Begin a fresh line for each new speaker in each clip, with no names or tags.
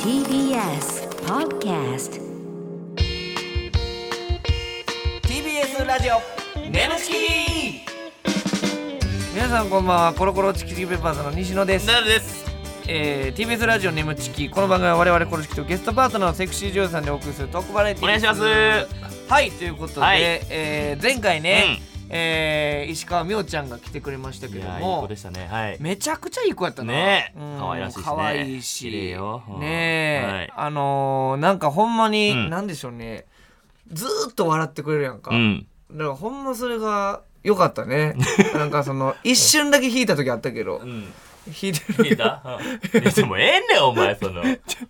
TBS Podcast
TBS ラジオ
ムチ
皆さんこんばんはコロコロチキチキペッパーズの西野です、
なるです
えー、TBS ラジオネムチキこの番組は我々コロチキとゲストパートナーのセクシー女優さんでお送りするトークバラエティ
お願いします
はいということで、
はい
えー前回ね、えー石川美桜ちゃんが来てくれましたけ
い
ど
やいい
も
子でしたねはい
めちゃくちゃいい子やったな。
ねえ
うん
可愛らしいしね
可愛いし。
綺麗ようん
ねえ、
はい
あのーなんかほんまに、
うん
なんでしょうね。ずーっと笑ってくれるやんか。
うん
だからほんまそれが良かった ね。なんかその、一瞬だけ弾いた時あったけど
う、ん
弾いてる。
聞いたうんいやでもええねんお前その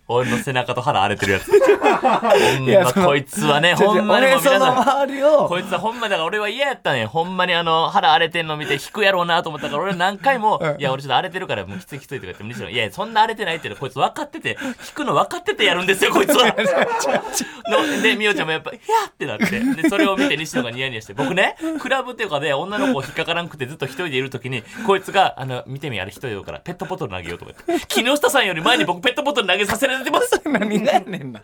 俺の背中と腹荒れてる やつほん
いや
ま
その
こいつはねほんまに
俺
もう皆
その
さん
周りを、
こいつはほんまだから俺は嫌やったねんほんまにあの腹荒れてんの見て引くやろうなと思ったから俺何回も
うん
「いや俺ちょっと荒れてるからもうきついきつい」とか言っても西野いやそんな荒れてないってのこいつ分かってて引くの分かっててやるんですよこいつ はので美桜ちゃんもやっぱ「いや!」ってなってでそれを見て西野がニヤニヤして僕ねクラブっていうかで女の子を引っかからんくてずっと一人でいる時にこいつが「あの見てみあれ一人だからペットボトル投げよう」とか言って木下さんより前に僕ペットボトル投げさせられてます
何がやねんな。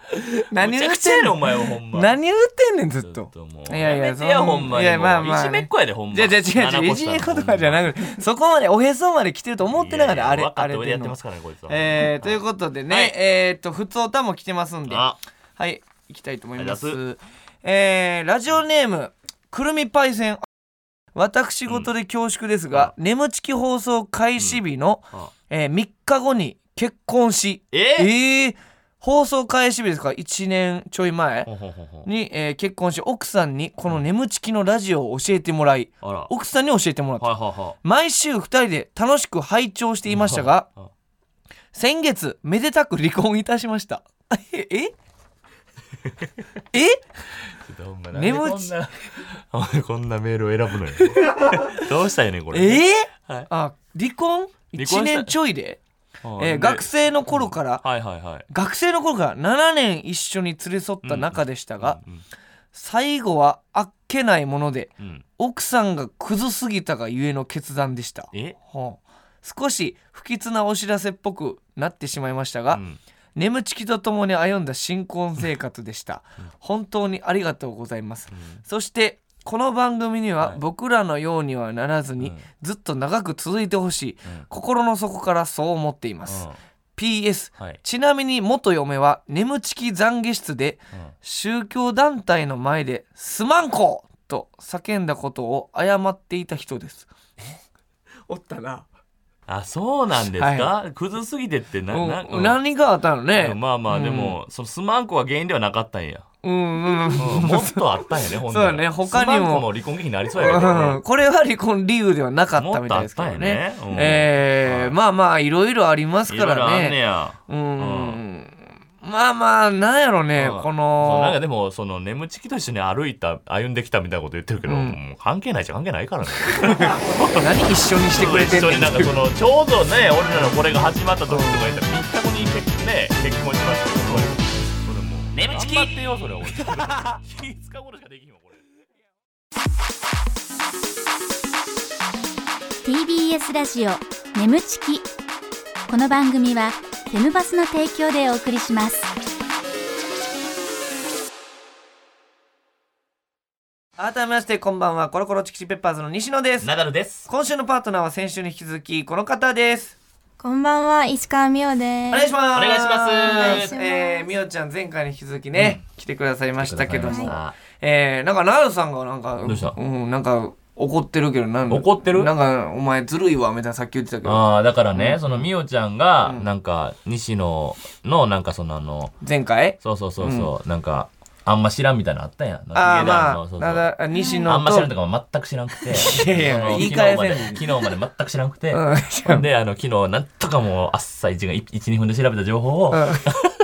何
めち
言
ゃ
っ
くちゃ
て
や
ん
ねん
の
お前はほんま
何言ってんねん、ずっ
ちょ
と
っ。ともう
いやいや
やめてや
そん
ほんまに
いやまあ
もう
まあ
いじめっ子やでほんま
じゃあじゃあ違う違う、いじめ言葉じゃなくて、 そこまでおへそまで来てると思ってながら、あれ、
分か
あ
って
れ
俺
て
や
ん
ってま
の
す。からねこいつは
えー、ということでね、
はい
えーっと、普通歌も来てますんで、は
あ
い、行きたいと思いま
ありが
す。えー、ラジオネーム、くるみパイセン。私事で恐縮ですが、眠ちき放送開始日の、
あ
えー、3日後に結婚し、え
え
ー、放送開始日ですから、1年ちょい前
ほんほんほんほん
に、えー結婚し、奥さんにこの眠ちきのラジオを教えてもらい、
あらはい
奥さんに教えてもらった。
はいは
毎週2人で楽しく拝聴していましたが
うんうん
先月めでたく離婚いたしました えええ
いちょっとほんま
眠
なんでこんな お前こんなメールを選ぶのよ どうしたよねんこれ
え
はい
あ離婚
離
1
婚
年ちょいで、えー学
生
生の頃から
はいはいはい
学生の頃から7年一緒に連れ添った仲でしたが、
うん
最後はあっけないもので
うん
奥さんがクズすぎたがゆえの決断でした、
え
はあ少し不吉なお知らせっぽくなってしまいましたが、
うん
眠ちきとともに歩んだ新婚生活でした、本当にありがとうございます、
うん
そしてこの番組には
はい
僕らのようにはならずに、
うん
ずっと長く続いてほしい、
うん
心の底からそう思っています、PS
はい
ちなみに元嫁は眠ちき懺悔室で
うん
宗教団体の前で「すまんこ!」と叫んだことを謝っていた人 ですおったな、
あそうなんですかクズすぎてってなな
うん何があったのね、
うんまあまあでもそのスマンコが原因ではなかったんや
うんうんうん
うんもっとあったんやね、ほんなら
そうやね他にも
スマンコの離婚劇になりそうやけど
うん
ね。
これは離婚理由ではなかったみたいですけどね。
もっとあったんやねうん
えー
はい
まあまあいろいろあります
い
か
ろいろ
ら
あんね
ね。
や。
うん。まあまあなんやろね、
う
こ
んそうなんか
の。
でも、その、眠ちきと一緒に歩いた、歩んできたみたいなこと言ってるけど、
うん
もう関係ないじゃ関係ないからね。
何 一緒にしてくれて
一
ん
緒
ね
に
ん
なんかその、ちょうどね、俺らのこれが始まった時とか言ったら、3日後に結,、ね、結婚しましたけど、それもう。
眠ちき
頑張ってよ、それ俺。5日頃しかできんわ、これ。
TBS ラジオ眠ちきこの番組はフェムバスの提供でお送りします
改めましてこんばんはコロコロチキチペッパーズの西野です。
ナダルです。
今週のパートナーは先週に引き続きこの方です。
こんばんは、石川美
お
桜
願い
で
し
す。
ます。
お願いします
お願いします
えーみおちゃん前回に引き続きね、来てくださいましたけど
ありがとうござい
も。
まし
えー、なんか、ナルさんが、なんか、
どうした
うん、なんか、怒ってるけど、なん
怒ってる
なんか、お前ずるいわ、みたいなさっき言ってたけど、
ああだからね、そのみおちゃんが、
うん
なんか西野のなんかそのあの
前回
そうそうそうそう、なんかあんま知らんみたいなのあったやんなんか
ああ、
ヒゲダン
ま
の
あ、
そう
な
そう
だあ西
あん
野
ま知らん
と、
とか全く知らんくて
いやいや
その
言い
昨
返
日まで
せん
昨日まで全く知ら んくて
うん
ほんであの昨日なんとかもうあっさ12分で調べた情報を、
うん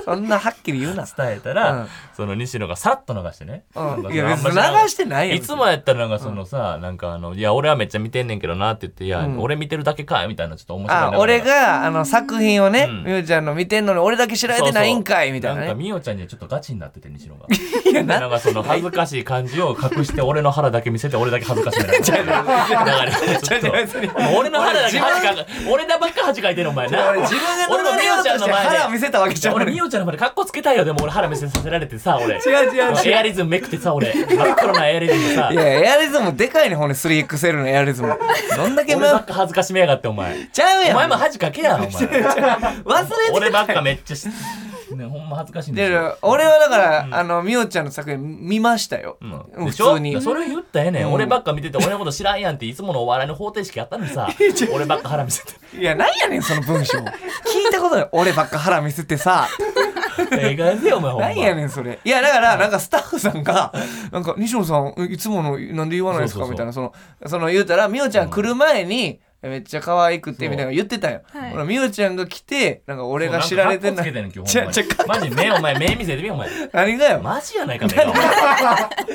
そんなはっきり言うな。
伝えた
う
ら、
ん
その西野がさっと流してね。なんか
いや別に
あんまり
流してないやん
いつもやったらなんかそのさ、なんかあの、いや、俺はめっちゃ見てんねんけどなって言って、いや、
ん
俺見てるだけかいみたいな、ちょっと面白いな
あ、俺が、あの、作品をね
うん、
みおちゃんの見てんのに俺だけ知られてないんかい、みたい
なん
な
か
ね。
みおちゃんにはちょっとガチになってて西野が
いや、
なんかその恥ずかしい感じを隠して俺の腹だけ見せて俺だけ恥ずかしい みたいなだからちょっと俺の腹だけ恥か俺だばっか恥かいてるお前な
俺自分が
俺も
飲め
み
よう
お
と
ちゃん
し
の
て
前で
腹を見せたわけじゃん。
俺
違う
みおちゃんの前で格好つけたいよでも俺腹見せさせられてさ俺
違う違う。
エアリズムめくってさ俺真っ黒なエアリズムさ
いや、エアリズムでかいね、ほんで 3XL のエアリズム。どんだけ
俺ば
ま
っか恥ずかしめやがってお前
ちゃうや
お
ん。
前も恥かけ やお前
忘れて
俺ばっかめっちゃしねほんま恥ずかしいんで
です
よ
俺はだから、あのみおちゃんの作品見ましたよ、
う、
うんん普
でしょ
通に
それ言ったらええねん、
うん
俺ばっか見てて俺のこと知らんやんっていつものお笑いの方程式やったのに さ俺ばっか腹見せて
いやなんやねんその文章聞いたことない俺ばっか腹見せてさ
ええかげでお前ほんま
なんやねんそれいやだからなんかスタッフさんがなんか西野さんいつものなんで言わないですか
そうそうそう
みたいなそのその言うたらみおちゃん来る前に、めっちゃ可愛くてみたいなの言ってたんよ、
はい
ほらみおちゃんが来てなんか俺が知られて
な
ないい
てんねん今
ち
日
ゃちゃ
ほんまにマジ目お前目見せてみお前
何がよ
マジやないか目がお 前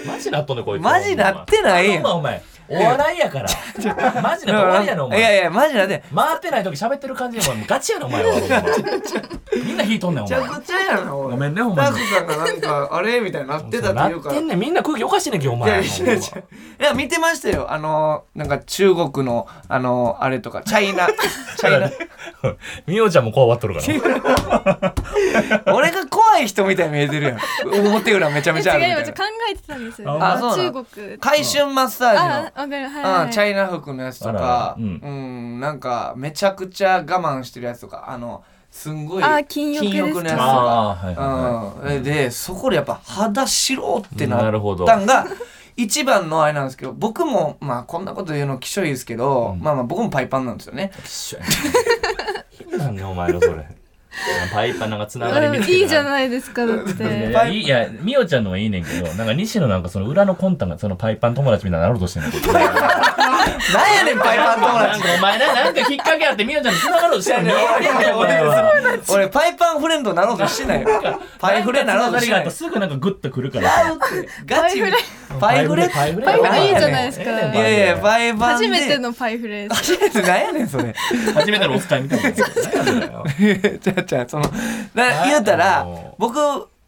マジなっとんねんこいつ
マジなってないやん
ほんまお前お笑いやからマジなお笑いやろお前
いやいやマジなんで
回ってない時喋ってる感じでお前もうガチやろお前はほんまみんな引いとんねんお
めちゃ
前
くちゃやなおい
ごめんねほん
スタ
ま
ッ
に
フさんがなんかあれみたいになってたっていう
な
か
ってんねんみんな空気おかしいねんけお
いや
前
いやいやいや見てましたよあのなんか中国のあのあれとかチャイ ナチャイ
みおちゃんもこうわっとるから
ナ俺が怖い人みたいに見えてるやん 表裏めちゃめちゃあるみ
違い
た
ます
い
考
な
えてたんです
あ
そうな
中
の
国
回春マッサージの
あわかる
う
は
ん、
い
チャイナ服のやつと
あら
か
あらうん
うんなんかめちゃくちゃ我慢してるやつとかあのすんごい
あ禁欲です
のやつとか
あーはい
うん、でそこでやっぱ肌白ってな
なる
っ
ほど
たんが一番のあれなんですけど僕もまあこんなこと言うのきしょいですけど、まあまあ僕もパイパンなんですよね
変なんねお前のそれパイパンなんかつながり
う
み
ん
たいない
いじゃないですかだっ
い
て
やいいいやみおちゃんのはいいねんけどなんか西野なんかその裏のコンタがそのパイパン友達みたいになろうとしてんの
なんやねんパイパン友
なん
達
かお前ななんか引っ掛けあってみおちゃんにつながろうとしてんのお前は
俺パイパンフレンドなろうとしてないよパイフレなろうとしてなんい
なかつながりがあったらすぐなんかグッとくるから
ガチパイフレ
パイフレ
パイフレいいじゃない
い
ですか
ええねん
やいやパイパン
初
で
めてのパイフレです
初めてなんやねんそれ
初めてのお使いみたいなやつなんだ よ
じゃあじゃあそのな言うたら
はい
僕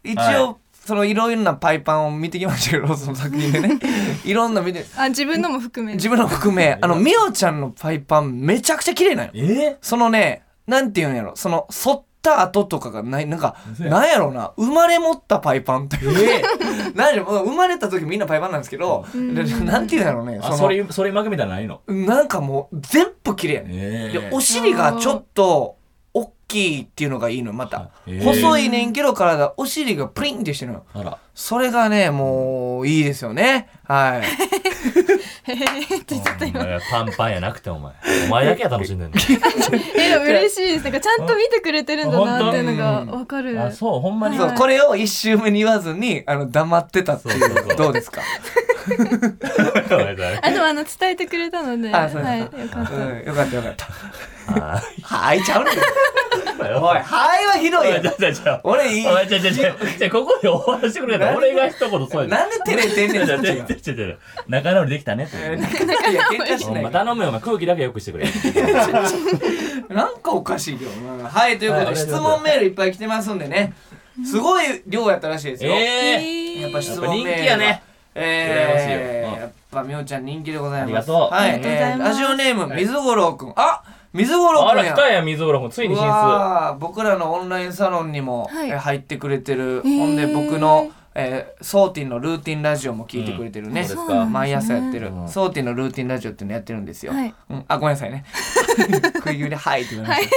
一応、
はい
そのいろいろなパイパンを見てきましたけどその作品で ねいろんな見て
あ自分のも含めて
自分の含めあのみおちゃんのパイパンめちゃくちゃ綺麗なんよ
え
そのねなんていうんやろその剃った跡とかがないなんか
嘘や
なんやろな生まれ持ったパイパンというか、 なんやろ生まれた時みんなパイパンなんですけど、でなんていうんやろね
あ
そ
そ
の
れそれマグみたいなのないの
なんかもう全部綺麗やね
え
でお尻がちょっと大きいっていうのがいいのよまた、
えー
細いねんけど体お尻がプリンってしてるのよ
あら
それがねもういいですよねはい
お前パンパンやなくてお前お前だけは楽しんでんの
えでも嬉しいですなんかちゃんと見てくれてるんだなっていうのがわかる
あそうほんまに
そうこれを一周目に言わずにあの黙ってたってい
そうそうそう
うどうですか
あでもあの伝えてくれたので
あそうですか
はいよかっ
うんよかったよかった
あ
はいちゃうねん
ー
おいはいはひどいやん
じゃじゃじゃ
俺いい
お前じゃじゃじゃじゃここで終わらせてくれた俺が一言そうや
なんで照れてんねん
じ
そ
ゃ
っ
じ
ち
ゃじゃ
が
じゃじゃ仲直りできたねって
えーいや喧嘩し
お
ない
前頼むよお前空気だけよくしてくれ
なんかおかしいけどな。はい、ということ
は
で、
い
質問メールいっぱい来てますんでね。すごい量やったらしいですよ。
た
ええ
やっ
え
ぱ
ー
質問メールが
やっぱ人気やね。
え
羨ましいよう
ー、
ん
やっぱみおちゃん人気でございます。
ありがとう
はい、
ありがとうございます
えーラジオネーム、水五郎くん。あ水五郎
あ
く
ら
んや
来。たや水浦もついに
う
進出
わー僕らのオンラインサロンにも、
はい
えー入ってくれてる、
ー
ほんで僕の、えー、ソーティンのルーティンラジオも聞いてくれてるね、
うんそうですか
毎朝やってる、
うん
ソーティンのルーティンラジオっていうのやってるんですよ、
はい
うん、あごめんなさいね 食い入れはいって言いまし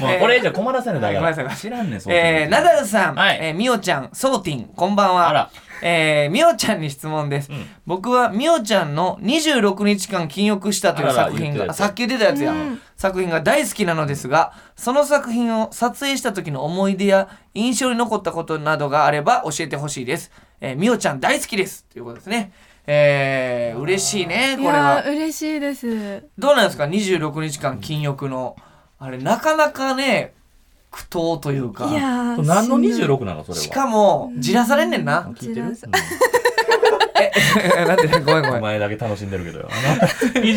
た
もうこれ以上困らせないだ
はいごめん
か
な
ら
さい
知らんねんそう
えーナダルさん、
はい
えーみおちゃん、ソーティン、こんばんは。
あら
えーみおちゃんに質問です。僕はみおちゃんの26日間禁欲したとい
あ
う
らら
作品
言ってた
が、
や
あ
つ
さっき言ってたやつや、
ん
作品が大好きなのですが、その作品を撮影した時の思い出や印象に残ったことなどがあれば教えてほしいです。えーみおちゃん大好きです。ということですね。えー、嬉しいね、
い
これ
や
は
ー。嬉しいです
どうなんですか26日間禁欲のあれなかなかね苦闘というか
いやー
何の
しんどい
26なのそれは
しかもじらされんねんな
聞いてる、
違
え なんでごめんごめ
お
ん
前だけ楽しんでるけどよ 20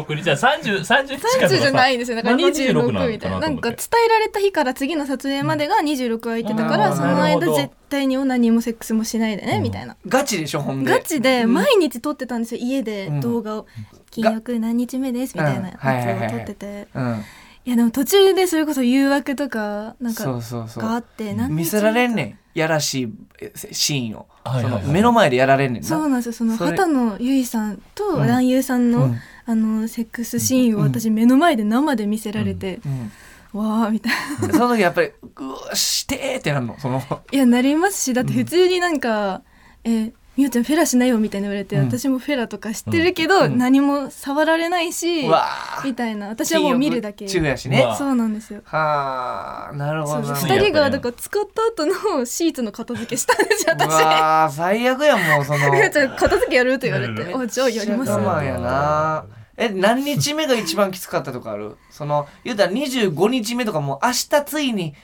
26日は3030近く
30じゃないんですよだから
26
26みたいな
な
なんん
か
か伝えられた日から次の撮影までが26空いてたか
う
ら
ん
そ
な
の
るほ
間
ど
絶対にオナニーもセックスもしないでねみたいな
ガチでしょほんで
ガチで毎日撮ってたんですよ家で動画を金額何日目ですみたいな
うんはいはいはい
やつを撮ってて
うん
いやでも途中でそれこそ誘惑とかなん
そ
か
うそうそ
があ
う
って何日
見せられんねんやらしいえシーンを
はいはいはい
その目の前でやられんねんな
そうなんですよその
それ
畑野由衣さんと
うん
男優さんの、
うん
あのセックスシーンを私目の前で生で見せられて、
うん
わあみたいな
その時やっぱり「うわして」ってなるのそ の
いやなりますしだって普通になんか「えみおちゃんフェラしないよ」みたいに言われて、
うん
私もフェラとか知ってるけど、
うん
何も触られないし、
うわー
みたいな私はもう見るだけ
中
そう
やしね
うわ
なんですよ
はあなるほ
そ
ど
う
な
す
2
ね
人がだから使った後のシーツの片付けしたんですよ
う
私。
わー最悪やんもうそ の
みおちゃん片付けやるって言われ
な
て
る
「おじゃあやります」
我慢やなえ何日目が一番きつかったとかあるその言うたら25日目とかもう明日ついに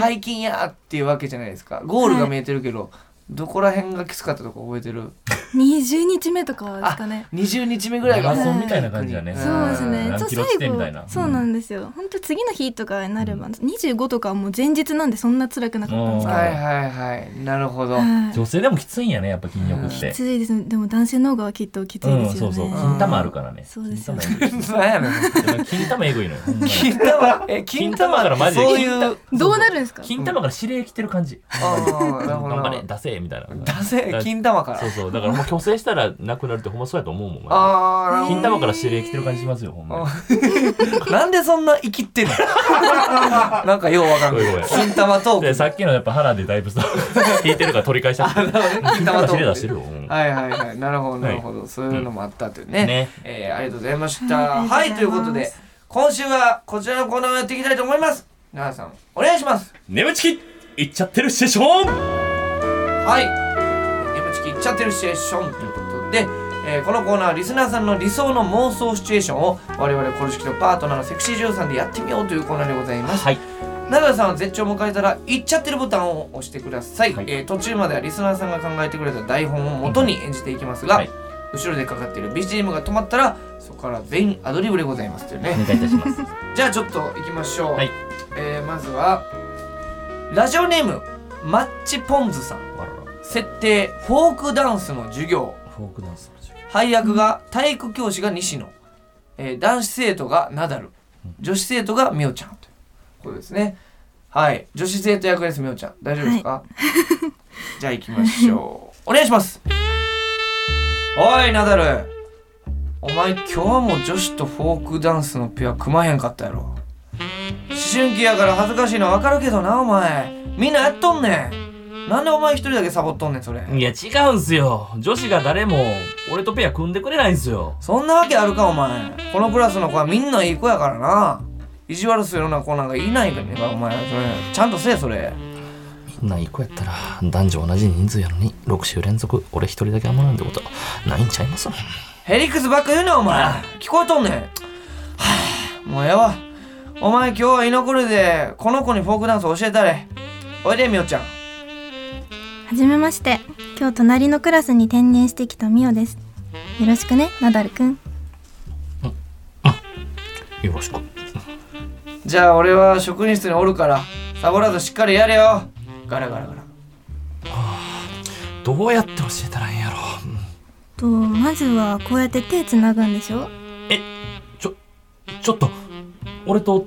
解禁やっていうわけじゃないですかゴールが見えてるけど、どこら辺がきつかったとか覚えてる
20日目とかですかね
20日目ぐらいが
マラ
ソン
もう
み
ピー
た
クに
いな感じだね
ん
そうですね。
何
そう
キロ
最
地点みたいな
後そうなんですよ。本当次の日とかになれば、25とかはもう前日なんでそんな辛くなかったんですけ
はいはいはいなるほど、
ど。はい
女性でもきついんやねやっぱ筋力っ
き
て、
ついですね。でも男性の方がきっときつい
うん
です
そ
よ
うそう
ね。
金玉あるからね
そうですよ
金
ね
玉えぐい
何やねん
でも金玉えぐいのよほんまに
金玉え 金
金玉から
玉っ
マ
て
ジで
そういう
どうなるんですか？
金玉から指令来てる感じ
あーなるほど
頑張れ
な
出せみたいな
出せ金玉から
そうそうだからもう虚勢したらなくなるってほんまそうやと思うもんお前
ああなるほど
金玉から指令来てる感じしますよほんま に
なんでそんな生きってんの なんかようわかんな
ごめんごめ
い。
ん
金玉ト
で
ー
さっきのやっぱ腹でだ いぶさ引いてるから取り返した金
ク。
玉指令出してるようん
ク。はいはいはい。なるほどなるほど。そういうのもあったというね。
ね
えーありがとうございました。
は
はいい、
ありが
と
と
いうう
ご
こ
ざい
と
ます
で、今週はこちらのコーナーをやっていきたいと思います。奈々さん、お願いします。
眠ちきいっちゃってるシチュエーション
はい。山チキ行っちゃってるシチュエーションということで、えーこのコーナーはリスナーさんの理想の妄想シチュエーションを我々コルシキとパートナーのセクシー女優さんでやってみようというコーナーでございます。
はい
奈良さんは絶頂を迎えたら「行っちゃってる」ボタンを押してください、
はい
えー途中まではリスナーさんが考えてくれた台本を元に演じていきますが、
はい
後ろでかかっている BGM が止まったらそこから全員アドリブでございますというね、
お願いいたします
じゃあちょっと行きましょう、
はい
えーまずはラジオネームマッチポンズさん設定フォークダンスの授業
フォークダンスの授業
配役が体育教師が西野、えー男子生徒がナダル女子生徒がみおちゃんということですねはい女子生徒役ですみおちゃん大丈夫ですか、じゃあ行きましょうお願いしますおいナダルお前今日も女子とフォークダンスのペア組まへんかったやろ思春期やから恥ずかしいのはわかるけどなお前みんなやっとんねんなんでお前一人だけサボっとんねんそれ
いや違うんすよ女子が誰も俺とペア組んでくれないんすよ
そんなわけあるかお前このクラスの子はみんないい子やからな意地悪するような子なんかいないからお前それちゃんとせえそれ
みんないい子やったら男女同じ人数やのに6週連続俺一人だけ余るんてことないんちゃいます
ヘリクスばっか言うなお前聞こえとんねんはあもうええわお前今日は居残るでこの子にフォークダンス教えたれおいでみおちゃん
はじめまして今日隣のクラスに転任してきたミオですよろしくねナダルくん
よろしく
じゃあ俺は職員室におるからサボらずしっかりやれよガラガラガラ
どうやって教えたらええんやろ
とまずはこうやって手つなぐんでしょ
ちょっと俺と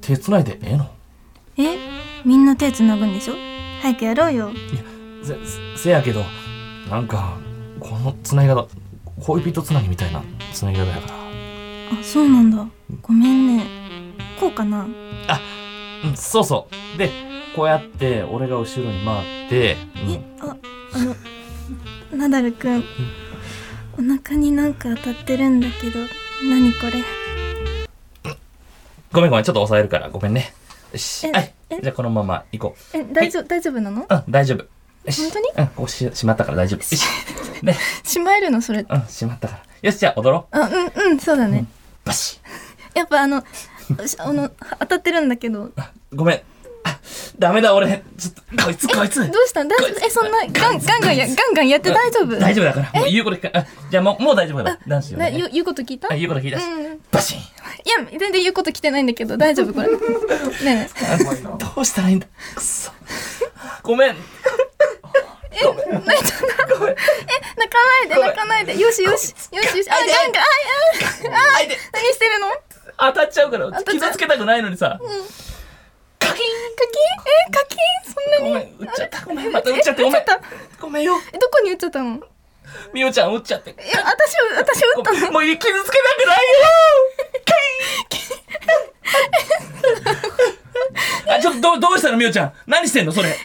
手つないでええの
えみんな手つなぐんでしょ早くやろうよ
せせやけどなんかこのつなぎ方恋人つなぎみたいなつなぎ方やから
あそうなんだごめんねこうかな
うんそうそうでこうやって俺が後ろに回って、うん
えああのナダルくんお腹になんか当たってるんだけど何これ
ごめんごめんちょっと抑えるからごめんねよし
え
はい
え
じゃあこのまま行こ
え大丈夫大丈夫なの
ううん大丈夫よし
本当に
うんここししまったから大丈夫よしね
しまえるのそれ。
うんしまったからよしじゃあ踊ろう
あうんうんそうだね
バシ
やっぱあのしあのは当たってるんだけど
ごめん。あダメだ俺。ちょっと、こいつこいつ。
どうしたんだえ、そんな、ガンガンガンや、ガンガンやって大丈夫
大丈夫だから。もう言うこと聞かあじゃあもう、もう大丈夫だ。男子よ、
な
ね
言。う言うこと聞いた
あ
い
言うこと聞いたし
うん。
バシン。
や、全然言うこと来てないんだけど、大丈夫これ。ねえね
どうしたらいいんだ。くそ。ごめん。
え、泣いちゃった。え、泣かないで、泣かないで。よしよし。よしよし。あ、ガンガン、あ、あ、あ、
あいて
何してるの
当たっちゃうから
たっちゃう
傷つけたくないのにさ。
課金課金え、課金そんな
ご
に
めん、打っちゃった。ごめん、また打っちゃって。ごめん
え打っちゃっ。
ごめんよ。
え、どこに打っちゃったの
みおちゃん打っちゃって。
え、私を、私を
ご
打ったの
め んもう傷つけたくないよ。あ、ちょっとどうどうしたのみおちゃん。何してんのそれ。え、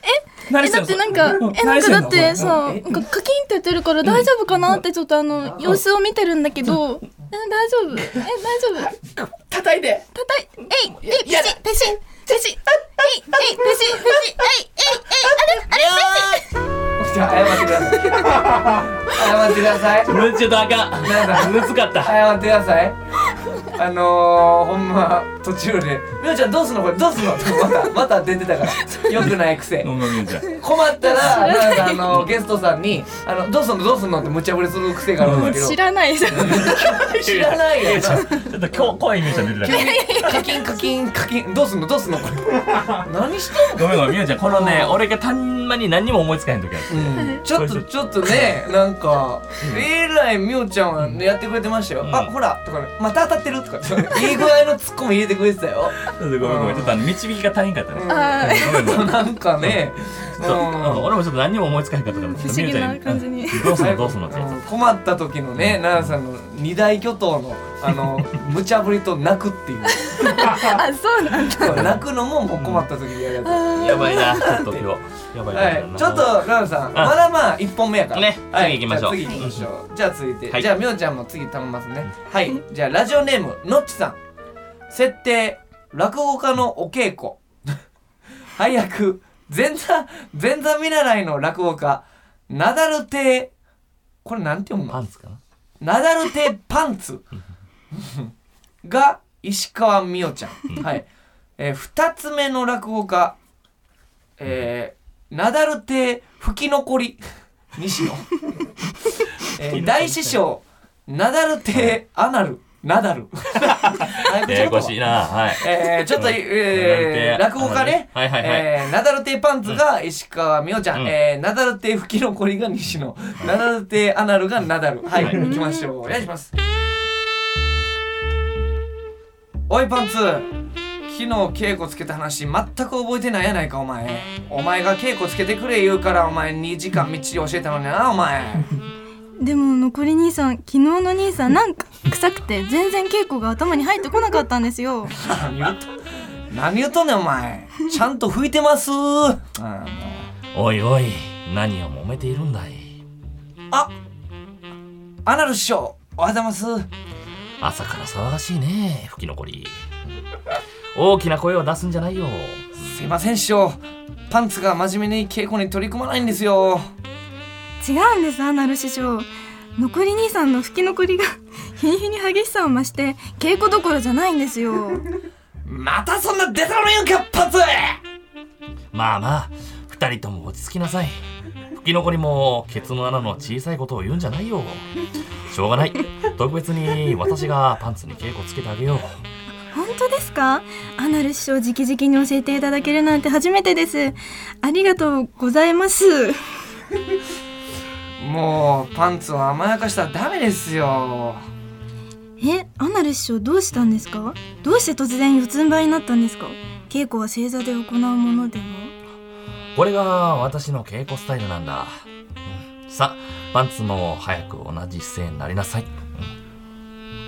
何
え、
して
だ
んの
ってなんか、え、なんかだってさ、なんか課金って言ってるから大丈夫かなってちょっとあの、様子を見てるんだけど、え、大丈夫え、大丈夫
叩いて。
叩い、えい、えい、ペシン、ペシン、ペシン、えい、えい、ペシン、ペシン、えい、えい、えい、あれ、あれ、ペシン
謝ってください謝ってください
むちょっとあかん。
なん
むずかった。
謝ってくださいあのー、ほんま途中で「みおちゃんどうすんのこれどうすんの?」またまた出てた からよくない癖
んのみおちゃん。
困ったらなんかあのゲストさんに「あのどうすんのどうすんの?」って無茶ぶりする癖があるんだけど
知らないじゃん。
知らないやん
ちょっと今日怖いみおちゃん出てた
急にカキンカキンカキンどうすんのどうすんのこれ何してんの
ごめんごめん、みおちゃん、このね、俺がたんまに何にも思いつかへん時ある。
うんちょっとちょっとねなんかえらいみおちゃんはねやってくれてましたよ、
うん
あほらとかねまた当たってるとかねいい具合のツッコミ入れてくれてたよ、
ごめんごめん、ちょっとあの導きが足りんかったね。
あ
ご
ー
めんごめん。
なんかね
ちょっとうん
うん
俺もちょっと何にも思いつかへんかったから、ちょっとみおちゃんに
不思議な感じに
うんどうすんのどうすんのってや
うん困った時のね奈々さんの二大巨頭のあ の無茶ぶりと泣くっていう
あ、そうなんだ。
泣くのももう困った時にやるやつ、
つ。やばいな、ちょっと今日。やばいな
はい、ちょっと。奈々さん、まだまあ一本目やから
ね
はい、
次行きましょう
じゃあ次行きましょうじゃあ続いて、
はい
じゃあみおちゃんも次頼みますねはいじゃあラジオネームのっちさん設定落語家のお稽古 配役前座前座見習いの落語家ナダル亭これなんて読むの
パンツかな。
ナダルテパンツが石川美代ちゃん、はい、えー、2つ目の落語家、えー、ナダルテ吹き残り西野、えー、大師匠ナダルテアナルナダル早口
や
言
やこ
葉
しいな。はい。
えー、ちょっ と、えー、
ナダル
落
テ
語家ね、
はいはいはい
えーナダルテパンツが石川美代ちゃん、
うん
えーナダルテ吹き残りが西野、ナダルテアナルがナダル。はい、
はい
行きましょう。お願いします。おいパンツ、昨日稽古つけた話全く覚えてないやないか、お前。お前が稽古つけてくれ言うから、お前2時間みっちり教えたのにな、お前。
でも残り兄さん、昨日の兄さんなんか臭くて全然稽古が頭に入ってこなかったんですよ。
何言うと何言うとんねん、お前。ちゃんと吹いてます。あーもう
おいおい、何を揉めているんだい。
アナル師匠、おはようございます。
朝から騒がしいね、吹き残り。大きな声を出すんじゃないよ。
すいません師匠パンツが真面目に稽古に取り組まないんですよ
違うんですアナル師匠残り兄さんの吹き残りが 日に日に激しさを増して稽古どころじゃないんですよ
またそんなデタラメ言うんかパンツ
まあまあ、二人とも落ち着きなさい。吹き残りも、ケツの穴の小さいことを言うんじゃないよ。しょうがない。特別に私がパンツに稽古つけてあげよう。
本当ですかアナル師匠直々に教えていただけるなんて初めてですありがとうございます
もうパンツを甘やかしたらダメですよ
えアナル師匠どうしたんですかどうして突然四つん這いになったんですか稽古は正座で行うものでも
これが私の稽古スタイルなんだ。うんさあ、パンツも早く同じ姿勢になりなさい。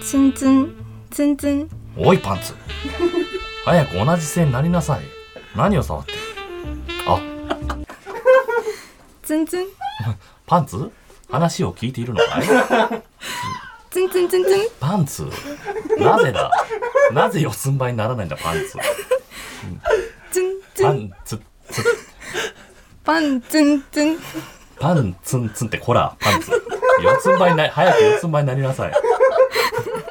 ツンツンツンツン
おいパンツ早く同じ姿勢になりなさい何を触ってるあ
ツンツン
パンツ話を聞いているのかい
ツンツンツンツン
パンツなぜだなぜ四つん這いにならないんだパンツ
ツンツ
パ
ン
ンツツ
パンツンツン
パンツンツンってこらパンツ四つん這いにな早く四つん這いになりなさい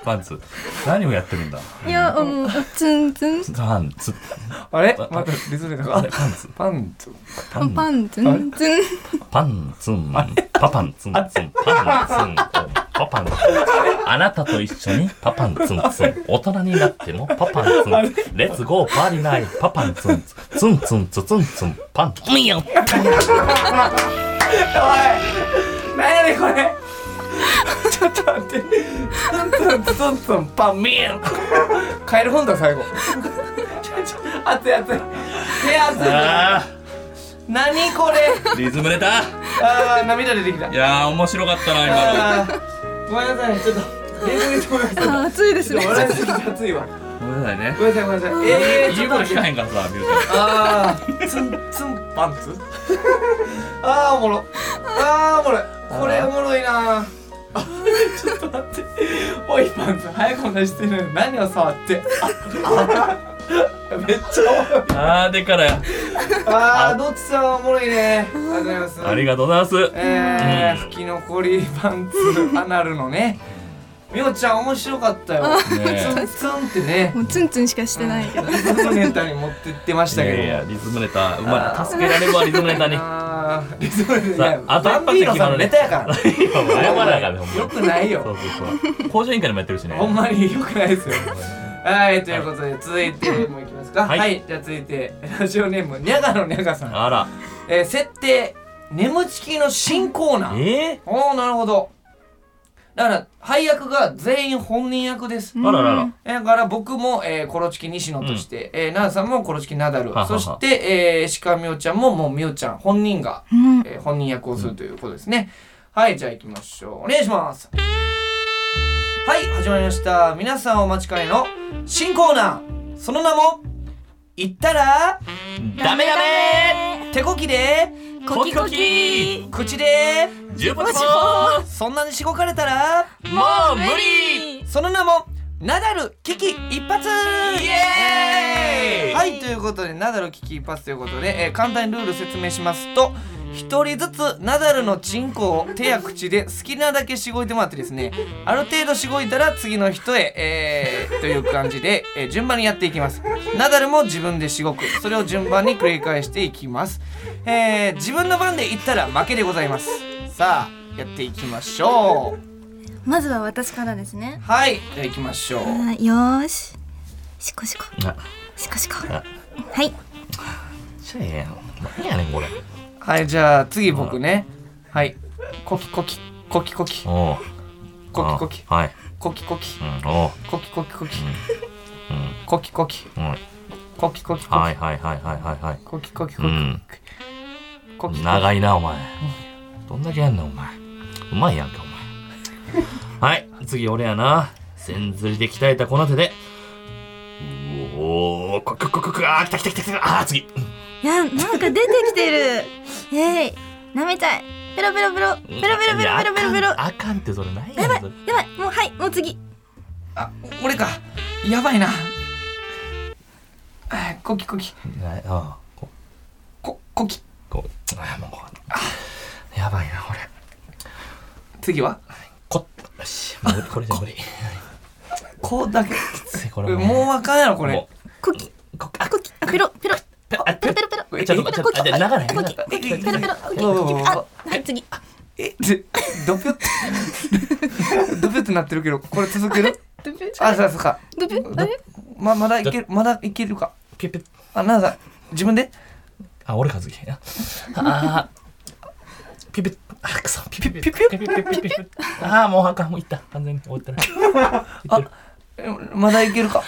パンツ何をやってるんだ
いや、あの、ツンツン。
パンツ
あれ
わ
また出ずれたか
パンツ
パンツ
パン
パンツンツン
パンツンパパンツンツンパンツンパパンツンあなたと一緒にパパンツンツン大人になってもパパンツンツンレッツゴーパーリーナイトパパンツンツンツンツンツンツンツンパンツンよ
何やねんこれちょっと待ってツンツンツンツンパンミンカエルフォンだ最後ちょちょ熱い熱い手熱
あ
い何これ
ーリズムネタ
あー涙出てきた
いやー面白かったな今の
あーごめんなさいちょっと冷静にしてごめんなさい
暑いですね
笑いすぎて熱いわ
ごめんなさいね
ごめんなさいごめんなさいえーちょっ
言う
と
こ
待
と聞
って
かへんからさミュージ
あーツンツンパンツあーおもろあーおもろいこれおもろいなあちょっと待っておいパンツ早く同じしてるのに何を触ってああめっちゃおもろい
カあーでからや
あーどっちさんおもろいねありがとうございます
ありがとうございます
えー
うん
吹き残りパン ツアナルのねみおちゃん面白かったよツンツンってね
もうツンツンしかしてないけど
リズムネタに持ってってました
い
け
や
ど
いやリズムネタうまい助けられるわリズムネタに
あーリズムネタ
さああと
バ
一
ンビ
発
ーノさんのネタや から
今もう謝らなあかんねほんま
よくない
そ
よ
うそうそう。工場委員会でもやってるしね。
ほんまによくない ですよはいということで続いてもいきますかは、
はいい
じゃあ続いてラジオネームにゃがのにゃがさん、
あら。
えー、設定眠ちきの新コーナー
え
おおなるほどだから配役が全員本人役です、
ー、あららら。
えーだから僕も、えーコロチキ西野として、えーナナさんもコロチキナダル
ははは
そして、えー、石川美桜ちゃんももう美桜ちゃん本人が、
うん
えー本人役をするということですね、はいじゃあ行きましょうお願いしますはい始まりました皆さんお待ちかねの新コーナーその名も「行ったら
ダメダメ
手こきで
コキコキ
口で
十ポチポ
そんなにしごかれたら
もう無理
その名もナダル危機一発
イエーイ
はいということでナダル危機一発ということで、えー簡単にルール説明しますと一人ずつナダルのチンコを手や口で好きなだけしごいてもらってですねある程度しごいたら次の人へ、えーという感じで、えー順番にやっていきますナダルも自分でしごくそれを順番に繰り返していきます、えー自分の番でいったら負けでございますさあやっていきましょう
まずは私からですね
はい、じゃあ行きましょう。
あよーししこしこ
あ、
しこしこはい
ちゃえやん。何やねんこれ。
はい、じゃあ次僕ね。はい。コキコキ、コキコキ、
おう。
コキコキ、
あはい。
コキコキ
う、ん。おう。
コキコキコキ、
うん。
コキコキ、
うん。
コキコキコキ、
はいはいはいはいはいはい。
コキコキコ
う
キ
ん、
コキ
長いなお前。どんだけやんねんお前。うまいやんかお前。はい。次俺やな。千釣りで鍛えたこの手で。おお、こここここあー来た来た来た来たあー次。
いやなんか出てきてるえい舐めたいペロペロペロペロペロペロペロペロペロ
いやあかんってそれない
やば
や
い
ん
やばいもうはいもう次
あ、俺か。やばいな。あコキコキ、
なあこ
ココキ。
こうあもうこうあやばいなこれ
次は
こよしもうこれじゃ無理
こうだけ。
これ
もうわかんやろ、これ
も。
コキ
うこあ
コキあペロペロ
ペあ
ペ
ペ
ロペロペロ
え
ちょっと待ってちょっと待って流れへ
コ
ん
キペロペロペロコキ
おうおうおう
コキあはい次
え、でドピュって、ドピュってなってるけど、これ続ける
ドゥブ
あ、そうかそうか。
ドゥブあれ
ま、まだいける、まだいけるか。
ピュピュ
あ、なんだ、自分で
あ俺かずきああーピュピュあくそピュピュピュピュピュピュピュピュピュああもうあかんもういった完全に終わってない行ってる
えまだいけるか。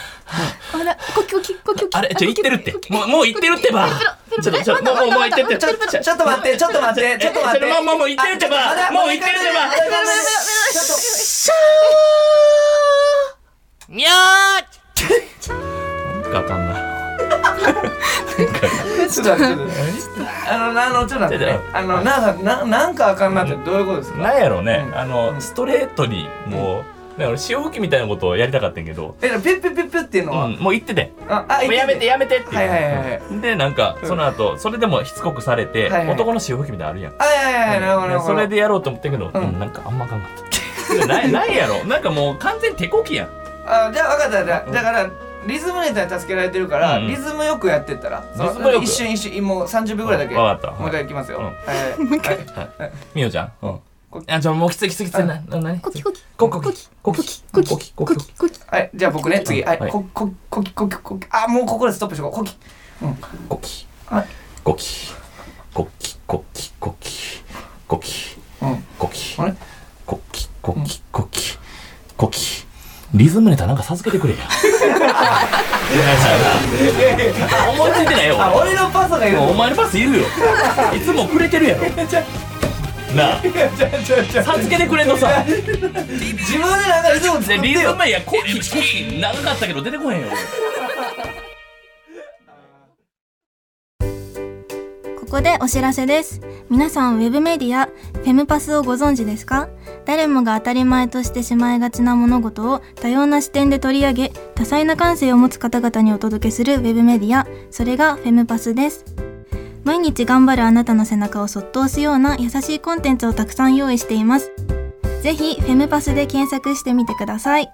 あらコキコキコキコキ
あれちょいってるってもうもういってるってばちょっとちょっともうもうもういってるって
ちょ、ちょちょっと待って、ちょっと待って、ちょっと待って。
えちょもうもうもう行ってるってば
あまだ
もう行ってるってば
まだ行ってるちょっと
にゃーなんかあかんな
ちょっと待ってちょっと待って。あの、あの、ちょっと待ってね。あの、なんか、ななんかあかんなってどういうことですか
なんやろうね、
うん
あのストレートにもう、なんか俺潮吹きみたいなことをやりたかったんやけど、
え、ピュッピュッピュッピュッっていう
う
のは
ん、。もう行ってて
あ、あ
もうやめて。やめてっていう、
はいはいはいは
でなんか
うん
その後それでもしつこくされて、
はいはい
男の潮吹きみたいなのあるやん、
あ、いやいやいや、なるほどなる
で
ほ
そ
ど。
れでやろうと思ったけど、
うん
うんなんかあんまあかんかったななんやろなんかもう完全に手こきやん
あ、じゃあ分かった。じゃあ
うん
だから、リズムネタに助けられてるから、
うんうん
リズムよくやってったらその
リズムよく
一瞬一瞬もう30秒ぐらいだけ
わかった
もう一回いきますよ、
うん
はいはい
みおちゃん。うん
こ。
あ、じゃあもうきつきつきついな。な、なに
コキコキ
コキコキ。コキコキ。コキコキ。
コキ
はい、じゃあ僕ね、次、はい、
はい
こ、こ、こき、こき、こき、あ、もうここでストップしよう、こき。
コキ。
はい
コキ。コキコキコキ。コキ。
うん、
コキ。
あれ
コキコキコキ。コキ。リズムネタなんか授けてくれや。思いついてないよ。
あ、俺のパスがいる。
お前のパスいるよ。いつもくれてるやろ。なあ。
ちゃちゃちゃ。
授けてくれんのさ。
自分でなんかリズム作
で
って
リズ
よ。
ムいやコキコキ長かったけど出てこへんよ。
ここでお知らせです。皆さんウェブメディア、フェムパスをご存知ですか誰もが当たり前としてしまいがちな物事を多様な視点で取り上げ、多彩な感性を持つ方々にお届けするウェブメディア、それがフェムパスです。毎日頑張るあなたの背中をそっと押すような優しいコンテンツをたくさん用意しています。ぜひ、フェムパスで検索してみてください。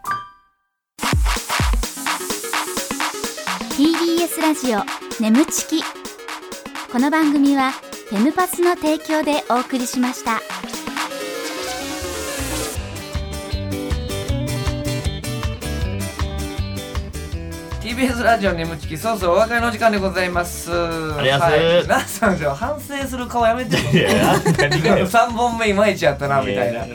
TBS ラジオ眠ちきこの番組はフェムパスの提供でお送りしました。
TBS ラジオ眠ちき、そうそう、お別れの時間でございます。あ
りがとうございます
ラストのじゃ、反省する顔やめて
いや、あんたに
よ。三本目いまいちやったなみたいな。い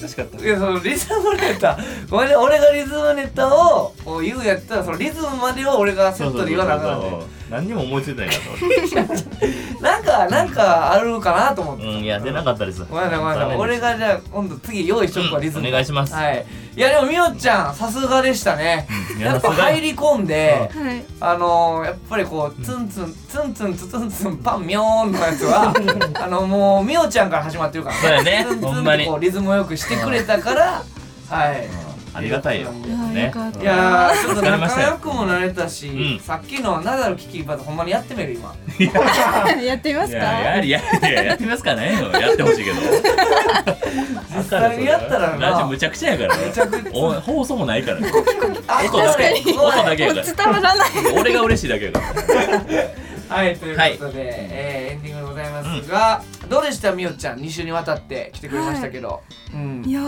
難しかった。
やそのリズムネタごめんね俺がリズムネタをこう言うやったらそのリズムまでは俺がセットで言わなあかんね
何にも思いついてないかと思
なんかなんかあるかなと思って
うん、いや、出なかったです。
ごめんなさいごめんなさい俺がじゃあ今度次用意しとくわリズム、
お願いします
はいいやでもみおちゃんさすがでしたね
うんいや
やっぱ
さすが
入り込んで、
はい
あのー、やっぱりこうツンツンツンツンツンツンツンパンミョーンのやつはあのもうみおちゃんから始まってるから
そうやね
ツンツ
ほ
ン
ん
っ
ま
て
に
こうリズムをよくしてくれたからはい
ありがたいよ。
いやよかった
いやーちょっと
疲れました
仲
よ
良くもなれたし、
うん
さっきのナダル聞きバズほんまにやってみる今
やってみます
い
か
や、やりやりやってみますからね。やってほしいけど。 実
際にやったらな
ラジオむちゃくちゃやからね
めちゃくちゃ。
お放送もないからね。
あ
音だけ。
確
音だけ
も
や
う
か
伝わらない
ら。俺が嬉しいだけやから。
はい、ということで、えーエンディングでございますが、どうでしたみおちゃん2週にわたって来てくれましたけど、うん
いやー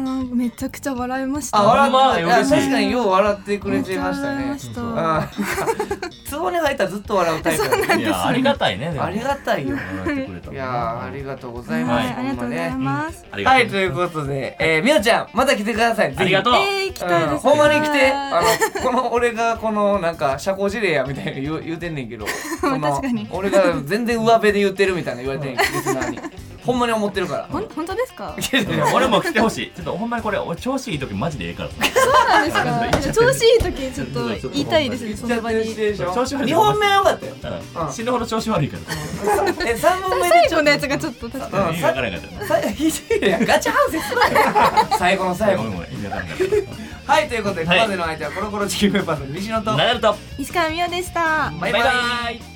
なんかめちゃくちゃ笑いました
あ笑って、
ほんま
いや
嬉しい
確かによう笑ってくれてました
め
ね
っち
う
ゃ
ん
笑い
なんか壺に入ったらずっと笑うタイプだ
い
ね
や、ありがたいね。でも
ありがたいよ
やってくれた
いやーありがとうござい
ま
ま
し
す、
たはいありがとうござい
す
ます
ありが
は
と
いうということで、えー、みおちゃんまた来てくださいぜひ
ありがとう。
えー行きたいです
うん
ね
ほんまに来てあのこの俺がこのなんか社交辞令やみたいな言う言うてんねん けどその
確かに
俺が全然上辺で言ってるみたいな言われてんねんけどリスナー にほんまに思ってるから
ほん本当ですか
うん俺も来てほしい。ちょっとほんまにこれ、俺調子いい時マジでええからさ。
そうなんですかいや調子いい時ちょっと言いたいですね
言っ
そ
ちゃ
の
っ
場
てる
に
しでしょ
調子悪い
2本目は良かった よ
うん死ぬほど調子悪いから。
え三3本目で
最
ちょ
後
っ
のやつがちょっと確かに
うん
意味わからんかった。
とひじいやガチ反省す る最後の最後
ごめんごめん意味わからんかった。
はいということでこ
はい
こまでの相手はコロコロ地球ペーパーズの西野と
なると。
石川美代でした。
バイ
バ
バ
イ
イ
バイ